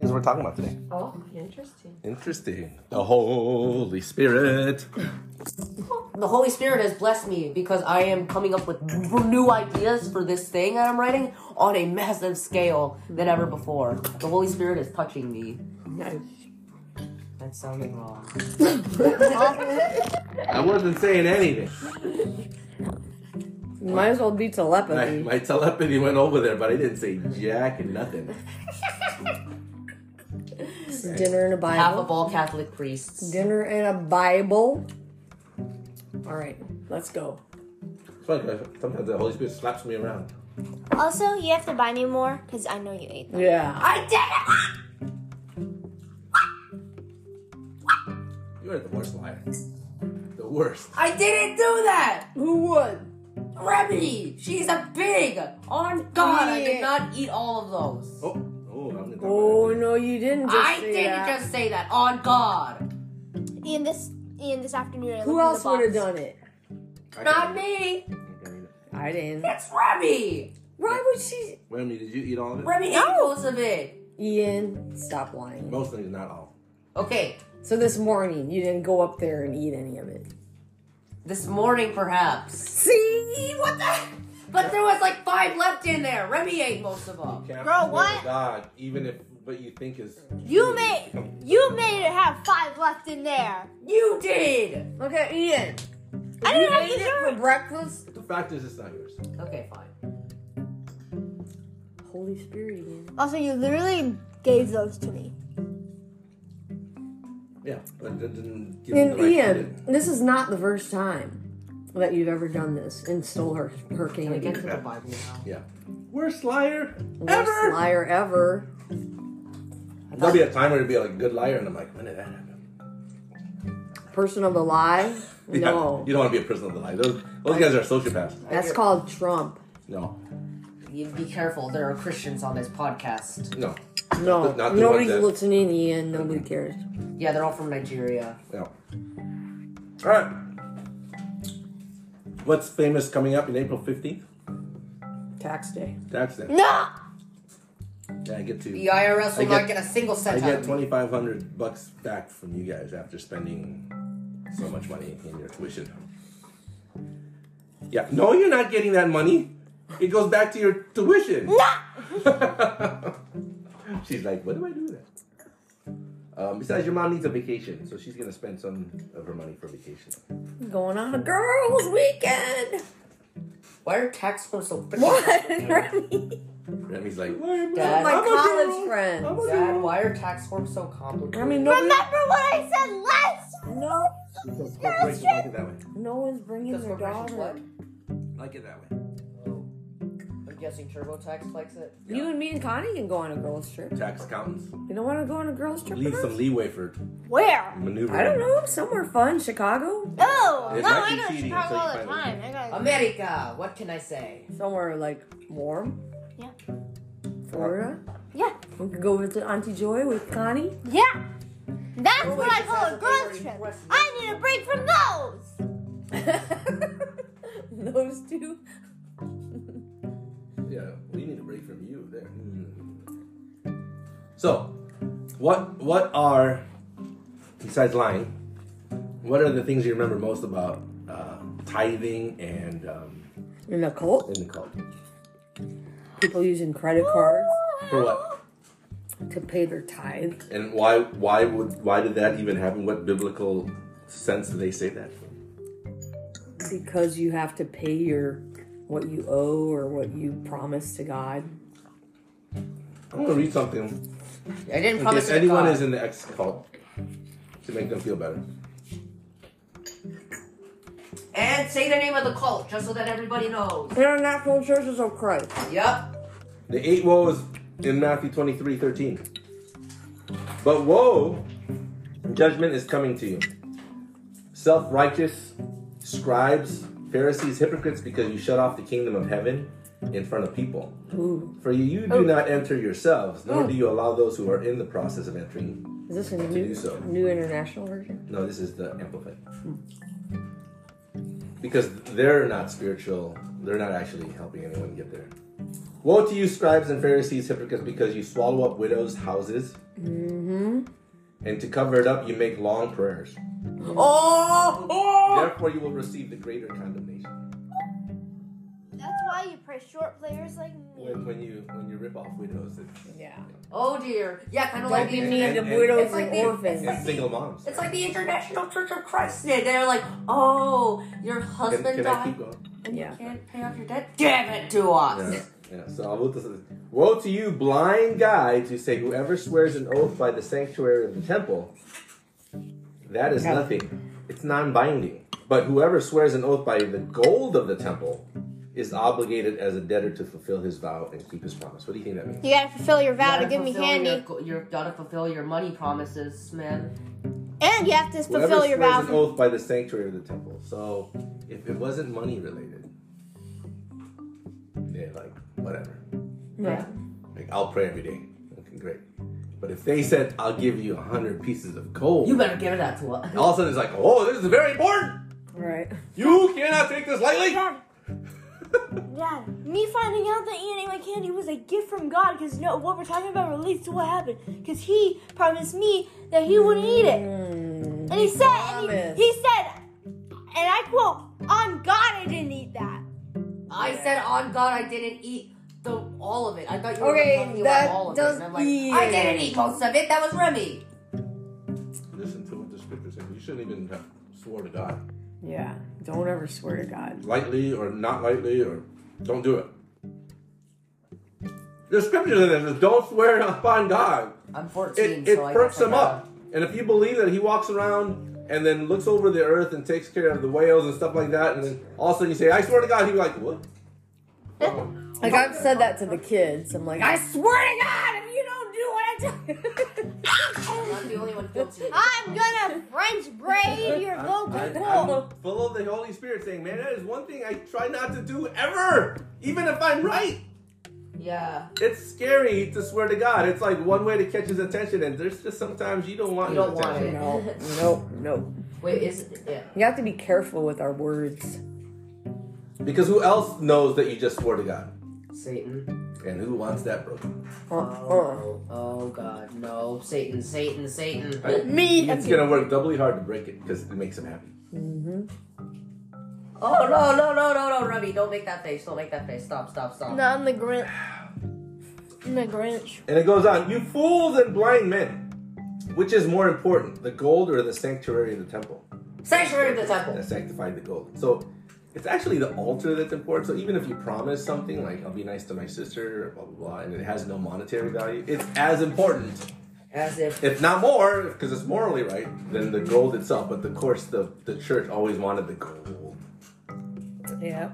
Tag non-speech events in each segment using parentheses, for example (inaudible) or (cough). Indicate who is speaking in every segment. Speaker 1: we're talking about today.
Speaker 2: Oh, interesting.
Speaker 1: Interesting. The Holy Spirit.
Speaker 2: The Holy Spirit has blessed me because I am coming up with new ideas for this thing that I'm writing on a massive scale than ever before. The Holy Spirit is touching me.
Speaker 3: Nice.
Speaker 2: That sounded wrong.
Speaker 1: I wasn't saying anything.
Speaker 3: Might as well be
Speaker 1: My,
Speaker 3: telepathy.
Speaker 1: my telepathy went over there, but I didn't say jack and nothing.
Speaker 3: Dinner and a
Speaker 2: Half of
Speaker 3: Bible.
Speaker 2: all Catholic priests.
Speaker 3: Dinner and a Bible. All right, let's go.
Speaker 1: It's funny 'cause Sometimes the Holy Spirit slaps me around.
Speaker 4: Also, you have to buy me more because I know you ate them.
Speaker 3: Yeah.
Speaker 4: I did
Speaker 1: You're the worst liar. The worst.
Speaker 2: I didn't do that!
Speaker 3: Who would?
Speaker 2: Remy! She's a pig! On God, I
Speaker 3: Yeah.
Speaker 2: did not eat all of those.
Speaker 1: Oh, oh, I'm gonna talk
Speaker 3: Oh
Speaker 1: about that
Speaker 3: no, you didn't. Just
Speaker 2: I
Speaker 3: say
Speaker 2: didn't
Speaker 3: that.
Speaker 2: just say that. On God.
Speaker 4: it! Ian, this, Ian, this afternoon. I
Speaker 3: Who
Speaker 4: looked in
Speaker 3: else
Speaker 4: the
Speaker 3: would have
Speaker 4: box.
Speaker 3: done it?
Speaker 1: too. I
Speaker 2: Not
Speaker 1: can't-
Speaker 2: me!
Speaker 1: I can't eat it.
Speaker 3: I didn't.
Speaker 2: It's Remy!
Speaker 3: Why would she?
Speaker 1: Remy, did you eat all of it?
Speaker 2: Remy ate most of it!
Speaker 3: Ian, stop lying.
Speaker 1: Most things, not all.
Speaker 2: Okay,
Speaker 3: So this morning you didn't go up there and eat any of it.
Speaker 2: this morning perhaps.
Speaker 3: See
Speaker 2: What the? But there was like five left in there. Remy ate most of them.
Speaker 1: Can't swear
Speaker 4: Girl,
Speaker 1: to
Speaker 4: what?
Speaker 1: God, even if what you think is.
Speaker 4: You made, you made it have five left in there.
Speaker 2: You did!
Speaker 3: Look at Ian.
Speaker 4: I didn't have
Speaker 3: Ate it
Speaker 4: dessert.
Speaker 3: for breakfast.
Speaker 1: The fact is, it's not yours.
Speaker 2: Okay, fine.
Speaker 3: Holy Spirit Ian.
Speaker 4: Also, you literally gave those to me.
Speaker 1: Yeah, but that didn't give me the
Speaker 3: And
Speaker 1: right
Speaker 3: Ian, this is not the first time that you've ever done this and stole her her
Speaker 2: We get
Speaker 3: candy.
Speaker 2: to the Bible now.
Speaker 1: Yeah. Worst liar
Speaker 3: Worst
Speaker 1: ever.
Speaker 3: liar ever.
Speaker 1: There'll be a time where it'll be like a good liar, and I'm like, when did that happen? (laughs)
Speaker 3: Person of the lie.
Speaker 1: Yeah,
Speaker 3: No,
Speaker 1: you don't want to be a prisoner of the lie. Those those guys are sociopaths.
Speaker 3: that's called Trump.
Speaker 1: No,
Speaker 2: You be careful, there are Christians on this podcast.
Speaker 1: no,
Speaker 3: No,
Speaker 1: Not the one
Speaker 3: nobody's
Speaker 1: that-
Speaker 3: listening. Ian, nobody cares.
Speaker 2: Yeah, they're all from Nigeria.
Speaker 1: no. All right. What's famous coming up in April 15th?
Speaker 3: Tax day.
Speaker 1: That's
Speaker 3: Mm.
Speaker 1: it.
Speaker 4: No!
Speaker 1: Yeah, I get to.
Speaker 2: The IRS
Speaker 1: I
Speaker 2: will
Speaker 1: get-
Speaker 2: not get a single
Speaker 1: I
Speaker 2: cent out
Speaker 1: get
Speaker 2: of me.
Speaker 1: 2,500 bucks back from you guys after spending so much money in your tuition. Yeah. No, you're not getting that money. It goes back to your tuition. (laughs) She's like, what do I do with that? Um, besides, your mom needs a vacation, so she's gonna spend some of her money for vacation.
Speaker 3: Going on a
Speaker 1: (laughs)
Speaker 3: girls' weekend.
Speaker 2: Why are tax forms so
Speaker 3: What? (laughs)
Speaker 1: Remy's like, why am I-
Speaker 2: Dad.
Speaker 3: My
Speaker 1: I'm a
Speaker 3: college
Speaker 1: girl.
Speaker 3: friends.
Speaker 1: I'm a
Speaker 2: Dad,
Speaker 1: girl.
Speaker 2: why are tax forms so complicated?
Speaker 3: I mean, nobody,
Speaker 4: Remember what I said last time?
Speaker 3: no,
Speaker 1: So corporations like it that way.
Speaker 3: no one's bringing
Speaker 2: Does
Speaker 3: their
Speaker 2: corporations
Speaker 3: daughter.
Speaker 2: what?
Speaker 1: Like it that way.
Speaker 2: I'm guessing TurboTax likes it.
Speaker 3: You and me and Connie can go on a girls' trip.
Speaker 1: Tax accountants
Speaker 3: You don't want to go on a girls' trip?
Speaker 1: leave
Speaker 3: with
Speaker 1: some
Speaker 3: us?
Speaker 1: leeway for
Speaker 4: Where? Oh,
Speaker 1: maneuvering.
Speaker 3: I don't know. Somewhere fun, Chicago.
Speaker 4: No,
Speaker 1: It
Speaker 4: no,
Speaker 1: might
Speaker 4: I
Speaker 1: be
Speaker 4: go to
Speaker 1: cheating
Speaker 4: Chicago
Speaker 1: until you
Speaker 4: all the
Speaker 1: find
Speaker 4: time. I gotta
Speaker 2: America, what can I say?
Speaker 3: Somewhere like warm.
Speaker 4: Yeah.
Speaker 3: Florida.
Speaker 4: Yeah,
Speaker 3: We could go visit Auntie Joy with Connie.
Speaker 4: (laughs) yeah. That's
Speaker 2: Well,
Speaker 4: what
Speaker 2: wait,
Speaker 4: I
Speaker 2: it
Speaker 4: call
Speaker 2: sounds
Speaker 4: a
Speaker 2: like
Speaker 4: girls'
Speaker 2: they
Speaker 4: trip.
Speaker 2: were
Speaker 4: I need a break from those.
Speaker 3: Those two.
Speaker 1: Yeah, we need a break from you there. So, what what are besides lying? What are the things you remember most about uh, tithing and um,
Speaker 3: In a cult.
Speaker 1: in the cult?
Speaker 3: People using credit cards
Speaker 1: For what?
Speaker 3: to pay their tithe.
Speaker 1: And why why would why did that even happen? What biblical sense do they say that?
Speaker 3: because you have to pay your what you owe or what you promise to God.
Speaker 1: I'm gonna read something
Speaker 2: I didn't
Speaker 1: in
Speaker 2: promise
Speaker 1: case
Speaker 2: to
Speaker 1: anyone
Speaker 2: God.
Speaker 1: is in the ex cult to make them feel better.
Speaker 2: And say the name of the cult, just so that everybody knows.
Speaker 3: International Churches of Christ.
Speaker 2: Yep.
Speaker 1: The eight woes in Matthew 23 13. But woe, judgment is coming to you. Self righteous scribes, Pharisees, hypocrites, because you shut off the kingdom of heaven in front of people.
Speaker 3: Ooh,
Speaker 1: For you, you do not enter yourselves, nor do you allow those who are in the process of entering.
Speaker 3: is this a
Speaker 1: do
Speaker 3: new
Speaker 1: so.
Speaker 3: new international version?
Speaker 1: No, this is the Amplified. Because they're not spiritual, they're not actually helping anyone get there. Woe to you, scribes and Pharisees, hypocrites, because you swallow up widows' houses. And to cover it up, you make long prayers.
Speaker 2: Oh, oh!
Speaker 1: Therefore, you will receive the greater condemnation
Speaker 4: That's why you pray short players like me.
Speaker 1: when, when you when you rip off widows and,
Speaker 3: Yeah.
Speaker 2: Oh dear. Yeah, kind of
Speaker 3: Don't
Speaker 2: like
Speaker 3: be
Speaker 2: the
Speaker 1: me.
Speaker 3: mean to
Speaker 1: and- and-
Speaker 3: widows
Speaker 2: It's like
Speaker 3: and
Speaker 2: the-
Speaker 3: orphans.
Speaker 2: it's like-
Speaker 1: and single moms.
Speaker 2: It's like the International Church of Christ did. They're like, oh, your
Speaker 1: Can,
Speaker 2: husband
Speaker 1: can I
Speaker 2: died
Speaker 1: keep going?
Speaker 2: and
Speaker 3: Yeah.
Speaker 2: you can't pay off your debt. Damn it to us.
Speaker 1: Yeah, yeah. So I'll this. Woe to you, blind guides, who say, Whoever swears an oath by the sanctuary of the temple, that is
Speaker 3: Yeah.
Speaker 1: nothing. It's non binding. But whoever swears an oath by the gold of the temple is obligated as a debtor to fulfill his vow and keep his promise. What do you think that means?
Speaker 4: You gotta fulfill your vow to
Speaker 2: Gotta
Speaker 4: give me
Speaker 2: fulfill
Speaker 4: handy,
Speaker 2: Your, go- your, gotta fulfill your money promises, man.
Speaker 4: and you have to
Speaker 1: Whoever
Speaker 4: fulfill your
Speaker 1: swears
Speaker 4: vow.
Speaker 1: an oath by the sanctuary of the temple. So if it wasn't money related, they're like, whatever.
Speaker 3: Yeah.
Speaker 1: Like, I'll pray every day. Okay, great. But if they said, I'll give you a hundred pieces of gold,
Speaker 2: You better give that to us.
Speaker 1: all of a sudden it's like, oh, this is very important.
Speaker 3: Right.
Speaker 1: You cannot take this lightly. (laughs)
Speaker 4: Dad, Dad, me finding out that eating my candy was a gift from God because no, what we're talking about relates to what happened. Because He promised me that He wouldn't eat it,
Speaker 3: Hmm.
Speaker 4: and He said, and he, he said, and I quote, "On God, I didn't eat that."
Speaker 2: I said on God I didn't eat the all of it. I thought you
Speaker 3: Okay,
Speaker 2: were talking
Speaker 3: that
Speaker 2: about all of it.
Speaker 3: does-
Speaker 2: And I'm like,
Speaker 3: yeah.
Speaker 2: I didn't eat most of it. That was Remy.
Speaker 1: Listen to what the scripture says. You shouldn't even have swore to God
Speaker 3: Yeah. Don't ever swear to God.
Speaker 1: lightly or not lightly or don't do it. The scripture says, don't swear upon God.
Speaker 2: I'm 14,
Speaker 1: It, it
Speaker 2: so I
Speaker 1: perks
Speaker 2: guess I
Speaker 1: him
Speaker 2: gotta-
Speaker 1: up. And if you believe that he walks around and then looks over the earth and takes care of the whales and stuff like that, and then all of a sudden you say, I swear to God, he'd be like, what? Oh.
Speaker 3: Like I've said that to the kids. I'm like, I swear to God, if you don't do it. (laughs)
Speaker 2: I'm the only one guilty.
Speaker 4: I'm gonna French
Speaker 3: Oh, (laughs)
Speaker 4: braid your vocal
Speaker 1: I'm
Speaker 4: cord.
Speaker 1: full of the Holy Spirit saying, man, that is one thing I try not to do ever, even if I'm right.
Speaker 2: Yeah.
Speaker 1: It's scary to swear to God. It's like one way to catch his attention, and there's just sometimes you don't want
Speaker 2: You
Speaker 1: his
Speaker 2: don't want
Speaker 1: attention.
Speaker 2: it.
Speaker 3: no, no, no.
Speaker 2: Wait, is it? Yeah.
Speaker 3: You have to be careful with our words.
Speaker 1: Because who else knows that you just swore to God?
Speaker 2: Satan.
Speaker 1: And who wants that broken?
Speaker 3: Uh, uh.
Speaker 2: Oh, oh God, no. Satan, Satan, Satan.
Speaker 3: Me.
Speaker 1: It's gonna work doubly hard to break it because it makes him happy.
Speaker 2: Oh no, no, no, no, no, Remy, don't make that face. Don't make that face. Stop, stop, stop.
Speaker 4: No, I'm the Grinch. I'm the Grinch.
Speaker 1: And it goes on, you fools and blind men. Which is more important, the gold or the sanctuary of the temple?
Speaker 2: Sanctuary of the temple.
Speaker 1: that sanctified the gold. So it's actually the altar that's important. So even if you promise something like I'll be nice to my sister, blah blah blah, and it has no monetary value, it's as important,
Speaker 2: As if
Speaker 1: if not more, because it's morally right, than the gold itself. But of course, the the church always wanted the gold.
Speaker 3: Yeah.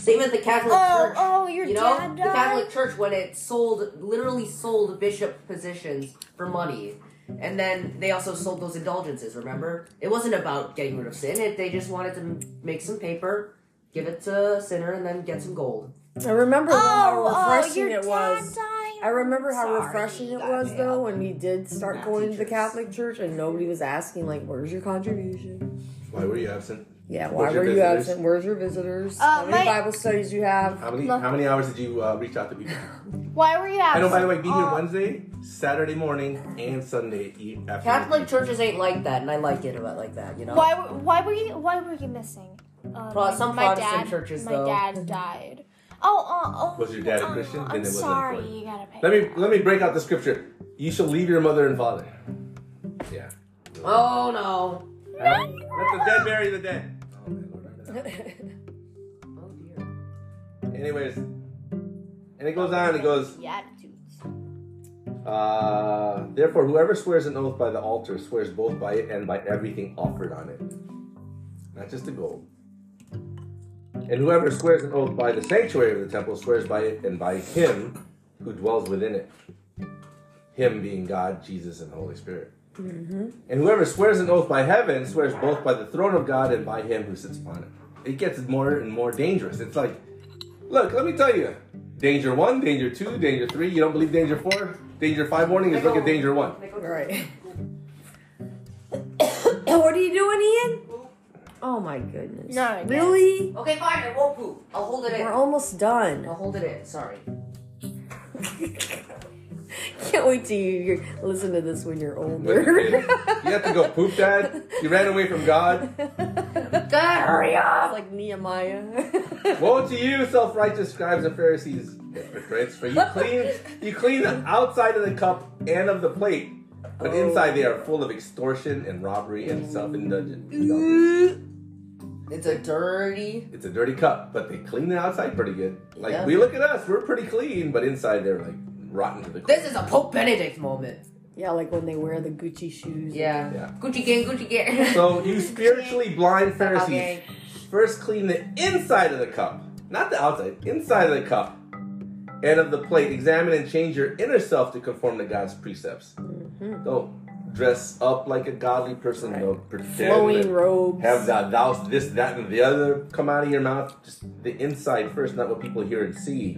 Speaker 2: same as the Catholic
Speaker 4: Oh,
Speaker 2: Church.
Speaker 4: oh, your
Speaker 2: you know,
Speaker 4: dad
Speaker 2: the
Speaker 4: died?
Speaker 2: Catholic Church when it sold literally sold bishop positions for money. And then they also sold those indulgences, remember? It wasn't about getting rid of sin, it, they just wanted to m- make some paper, give it to a sinner, and then get some gold.
Speaker 3: I remember how
Speaker 4: Oh, oh,
Speaker 3: refreshing
Speaker 4: your
Speaker 3: it
Speaker 4: dad
Speaker 3: was.
Speaker 4: died.
Speaker 3: I remember how
Speaker 2: Sorry,
Speaker 3: refreshing it
Speaker 2: God
Speaker 3: was
Speaker 2: damn.
Speaker 3: though when we did start
Speaker 2: Math
Speaker 3: going to the
Speaker 2: teachers.
Speaker 3: Catholic Church and nobody was asking like, "Where's your contribution?"
Speaker 1: Why were you absent?
Speaker 3: Yeah, why
Speaker 1: Where's your
Speaker 3: were you
Speaker 1: visitors?
Speaker 3: absent? Where's your visitors?
Speaker 4: Uh,
Speaker 3: how many
Speaker 4: my-
Speaker 3: Bible studies you have?
Speaker 1: How many
Speaker 4: Look.
Speaker 1: how many hours did you uh, reach out to people?
Speaker 4: Why were you
Speaker 1: I
Speaker 4: asking?
Speaker 1: know. By the way, be here
Speaker 4: Uh,
Speaker 1: Wednesday, Saturday morning, and Sunday e- afternoon.
Speaker 2: Catholic churches ain't like that, and I like it about like that, you know?
Speaker 4: Why? were- Why were you? Why were you missing? Uh,
Speaker 2: Pro- some Protestant
Speaker 4: dad,
Speaker 2: churches,
Speaker 4: My
Speaker 2: though. (laughs)
Speaker 4: dad died. Oh, uh, oh.
Speaker 1: Was your dad a Christian?
Speaker 4: Uh,
Speaker 1: Then
Speaker 4: I'm
Speaker 1: it wasn't
Speaker 4: sorry.
Speaker 1: important.
Speaker 4: You gotta pay.
Speaker 1: Let me
Speaker 4: that.
Speaker 1: let me break out the scripture. You shall leave your mother and father. Yeah.
Speaker 2: Oh no.
Speaker 1: Let the dead bury the dead.
Speaker 3: (laughs)
Speaker 2: Oh dear.
Speaker 1: Anyways, and it goes on. It goes.
Speaker 4: The attitudes.
Speaker 1: Uh, Therefore, whoever swears an oath by the altar swears both by it and by everything offered on it, not just the gold. And whoever swears an oath by the sanctuary of the temple swears by it and by Him who dwells within it. Him being God, Jesus, and the Holy Spirit. And whoever swears an oath by heaven swears both by the throne of God and by him who sits upon it. It gets more and more dangerous. It's like, look, let me tell you. Danger one, danger two, danger three. You don't believe danger four? Danger five warning is look at danger one.
Speaker 3: (coughs) Right. what are you doing, Ian? Oh my goodness.
Speaker 4: No, I guess.
Speaker 3: really?
Speaker 2: Okay, fine. I won't poop. I'll hold it
Speaker 3: We're
Speaker 2: in.
Speaker 3: almost
Speaker 2: I'll
Speaker 3: done.
Speaker 2: hold it in. Sorry.
Speaker 3: Can't wait to you listen to this when you're older. (laughs)
Speaker 2: (laughs)
Speaker 1: you have to go poop, Dad. You ran away from God.
Speaker 2: God, hurry
Speaker 3: It's
Speaker 2: up!
Speaker 3: like Nehemiah. (laughs)
Speaker 1: Woe to you, self-righteous scribes and Pharisees, hypocrites! For you clean, you clean the outside of the cup and of the plate, but inside they are full of extortion and robbery and self-indulgence.
Speaker 2: It's a dirty.
Speaker 1: It's a dirty cup, but they clean the outside pretty good. Like
Speaker 2: Yeah.
Speaker 1: we look at us, we're pretty clean, but inside they're like rotten to the core.
Speaker 2: This is a Pope Benedict moment.
Speaker 3: yeah, like when they wear the Gucci shoes.
Speaker 2: Yeah.
Speaker 1: Yeah.
Speaker 2: Gucci gang, Gucci gang. (laughs)
Speaker 1: So you spiritually blind Pharisees,
Speaker 2: Okay.
Speaker 1: first clean the inside of the cup, not the outside, inside of the cup, and of the plate. Examine and change your inner self to conform to God's precepts. Don't dress up like a godly person.
Speaker 3: Mm-hmm. Right.
Speaker 1: Don't pretend.
Speaker 3: Flowing
Speaker 1: and
Speaker 3: robes.
Speaker 1: Have that thou this that and the other come out of your mouth. Just the inside first, not what people hear and see.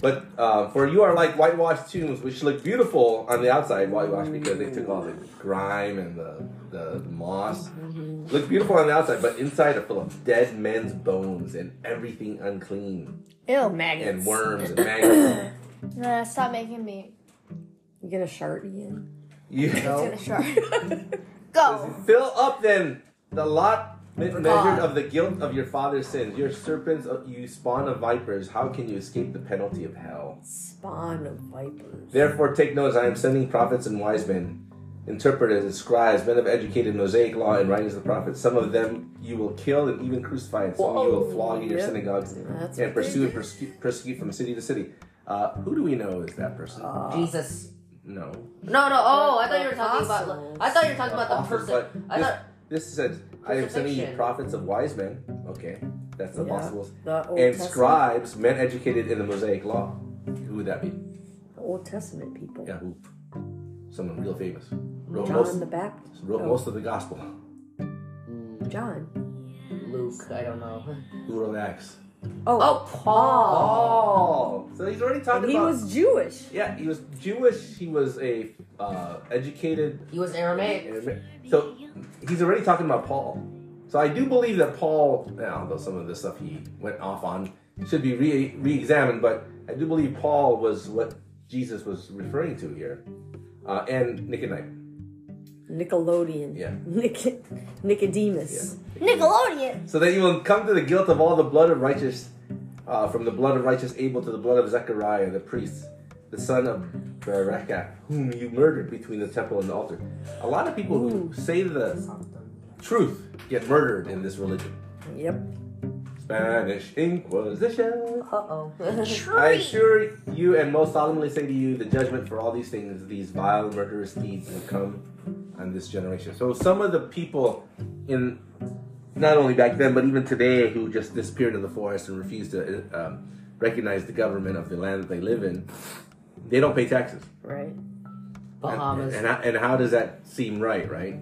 Speaker 1: But uh, for you are like whitewashed tombs, which look beautiful on the outside, whitewashed because they took all the grime and the, the moss. Look beautiful on the outside, but inside are full of dead men's bones and everything unclean,
Speaker 3: Ew, maggots.
Speaker 1: and worms and maggots.
Speaker 4: Nah, stop making me.
Speaker 3: You gonna shart Ian?
Speaker 1: You
Speaker 4: Gonna
Speaker 1: know,
Speaker 4: shark. Go.
Speaker 3: Oh.
Speaker 1: fill up then the lot me- measured
Speaker 2: God.
Speaker 1: of the guilt of your father's sins. Your serpents, uh, you spawn of vipers. How can you escape the penalty of hell?
Speaker 3: (laughs) Spawn of vipers.
Speaker 1: Therefore, take notice, I am sending prophets and wise men, interpreters and scribes, men of educated Mosaic law and writings of the prophets. Some of them you will kill and even crucify, and some you will
Speaker 3: Whoa.
Speaker 1: flog in your
Speaker 3: Yeah.
Speaker 1: synagogues
Speaker 3: That's
Speaker 1: and
Speaker 3: what they
Speaker 1: pursue and persecute, persecute from city to city. Uh, who do we know is that person?
Speaker 3: Uh.
Speaker 2: Jesus.
Speaker 1: no.
Speaker 2: No, no. Oh, I thought you were talking about.
Speaker 3: Apostles.
Speaker 2: I thought you were talking about the
Speaker 1: Apostles,
Speaker 2: person.
Speaker 1: but
Speaker 2: I
Speaker 1: this,
Speaker 2: thought.
Speaker 1: this says, I am sending you
Speaker 2: Crucifixion.
Speaker 1: prophets of wise men. Okay, that's the
Speaker 3: Yeah.
Speaker 1: apostles.
Speaker 3: The Old
Speaker 1: And
Speaker 3: Testament.
Speaker 1: scribes, men educated in the Mosaic law. Who would that be?
Speaker 3: The Old Testament people.
Speaker 1: Yeah, who? Someone real famous. Wrote
Speaker 3: John
Speaker 1: most-
Speaker 3: the Baptist.
Speaker 1: wrote
Speaker 3: Oh,
Speaker 1: most of the gospel.
Speaker 3: John.
Speaker 2: Luke. I don't know.
Speaker 1: Who wrote Acts?
Speaker 2: Oh, Paul.
Speaker 1: Oh, so he's already talking
Speaker 3: He
Speaker 1: about.
Speaker 3: was Jewish.
Speaker 1: yeah, he was Jewish. He was a uh, educated.
Speaker 2: He was Aramaic.
Speaker 1: So he's already talking about Paul. So I do believe that Paul, yeah, although some of the stuff he went off on should be re- re-examined, but I do believe Paul was what Jesus was referring to here, uh, and Nicodemus.
Speaker 3: Nickelodeon.
Speaker 1: Yeah.
Speaker 3: (laughs) Nic- Nicodemus.
Speaker 4: Nickelodeon.
Speaker 1: so that you will come to the guilt of all the blood of righteous, uh, from the blood of righteous Abel to the blood of Zechariah the priest, the son of Berekah, whom you murdered between the temple and the altar. A lot of people who say the truth get murdered in this religion.
Speaker 3: Yep.
Speaker 1: Spanish Inquisition.
Speaker 2: Uh oh.
Speaker 1: I assure you and most solemnly say to you, the judgment for all these things, these vile, murderous deeds will come on this generation. So some of the people in not only back then, but even today, who just disappeared in the forest and refuse to uh, um, recognize the government of the land that they live in, they don't pay taxes.
Speaker 3: (laughs) Right.
Speaker 2: Bahamas.
Speaker 1: And, and, and how does that seem right, right?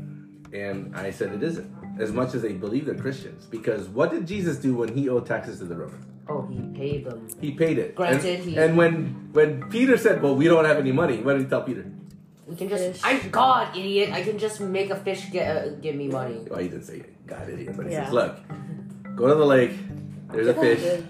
Speaker 1: And I said it isn't. As much as they believe they're Christians, because what did Jesus do when he owed taxes to the Romans?
Speaker 2: Oh, he paid them.
Speaker 1: He paid it.
Speaker 2: Granted,
Speaker 1: and,
Speaker 2: he-
Speaker 1: and when when Peter said, "Well, we don't have any money," what did he tell Peter?
Speaker 2: We can
Speaker 3: Fish.
Speaker 2: just. I'm God, idiot. I can just make a fish get uh, give me money.
Speaker 1: Well, he didn't say it. God idiot, but he
Speaker 3: Yeah.
Speaker 1: says, "Look, go to the lake. There's a fish,
Speaker 3: Get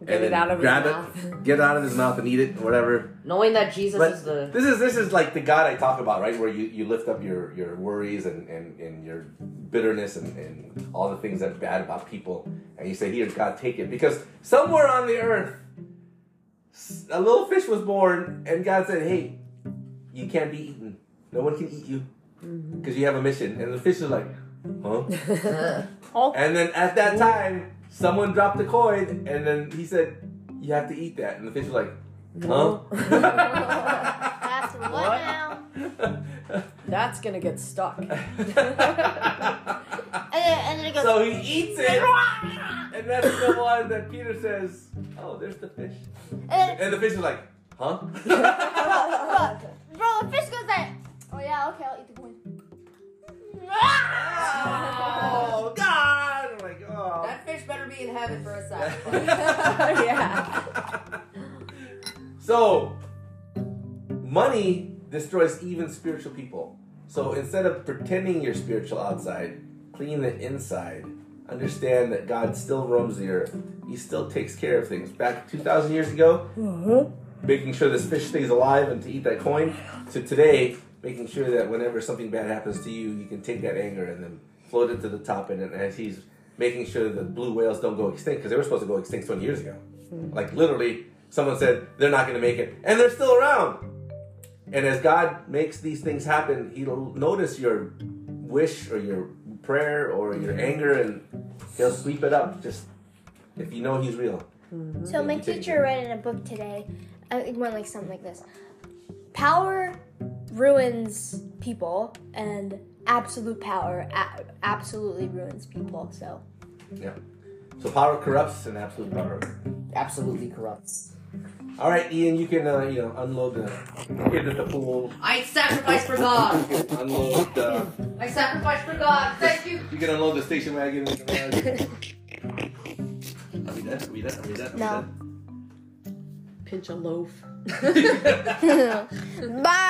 Speaker 1: and
Speaker 3: it
Speaker 1: then
Speaker 3: out of his
Speaker 1: grab
Speaker 3: mouth.
Speaker 1: it, get it out of his mouth, and eat it, or whatever."
Speaker 2: Knowing that Jesus
Speaker 1: But
Speaker 2: is the.
Speaker 1: this is this is like the God I talk about, right? Where you, you lift up your, your worries and, and, and your bitterness and, and all the things that are bad about people, and you say, "Here, God, take it," because somewhere on the earth, s- a little fish was born, and God said, "Hey, you can't be eaten. No one can eat you because you have a mission." And the fish is like, "Huh?"
Speaker 3: (laughs)
Speaker 1: And then at that time, someone dropped a coin, and then he said, "You have to eat that," and the fish was like, "Huh?" (laughs)
Speaker 4: That's what,
Speaker 3: What?
Speaker 4: now?
Speaker 3: That's gonna get stuck.
Speaker 4: And then, and then it goes.
Speaker 1: so he eats it, and that's the one that Peter says, "Oh, there's the fish,"
Speaker 4: and then,
Speaker 1: and the fish is like, "Huh?"
Speaker 4: bro, bro, the fish goes like. Oh yeah, okay, I'll eat the coin.
Speaker 1: (laughs)
Speaker 3: Ah!
Speaker 1: oh God! I'm like, oh.
Speaker 2: fish better be in heaven for a (laughs)
Speaker 3: yeah.
Speaker 1: So, money destroys even spiritual people. So instead of pretending you're spiritual outside, clean the inside. Understand that God still roams the earth. He still takes care of things. Back 2,000 years ago, making sure this fish stays alive and to eat that coin, to today, making sure that whenever something bad happens to you, you can take that anger and then float it to the top. And, and as he's making sure that blue whales don't go extinct, because they were supposed to go extinct 20 years ago. Like literally, someone said they're not going to make it, and they're still around. And as God makes these things happen, He'll notice your wish or your prayer or your anger, and He'll sweep it up. Just if you know He's real.
Speaker 4: So my teacher read in a book today, uh, it went like something like this: power ruins people, and absolute power a- absolutely ruins people. So (laughs)
Speaker 1: Yeah. So power corrupts, and absolute power.
Speaker 2: Absolutely corrupts.
Speaker 1: All right, Ian, you can uh, you know unload the kid at the pool,
Speaker 2: I sacrifice for God.
Speaker 1: unload the
Speaker 2: I sacrifice for God. Thank you.
Speaker 1: you can unload the station wagon. In the garage. Are we done? Are we done? Are we done? Are we
Speaker 4: No.
Speaker 1: done?
Speaker 3: Pinch a loaf.
Speaker 4: bye.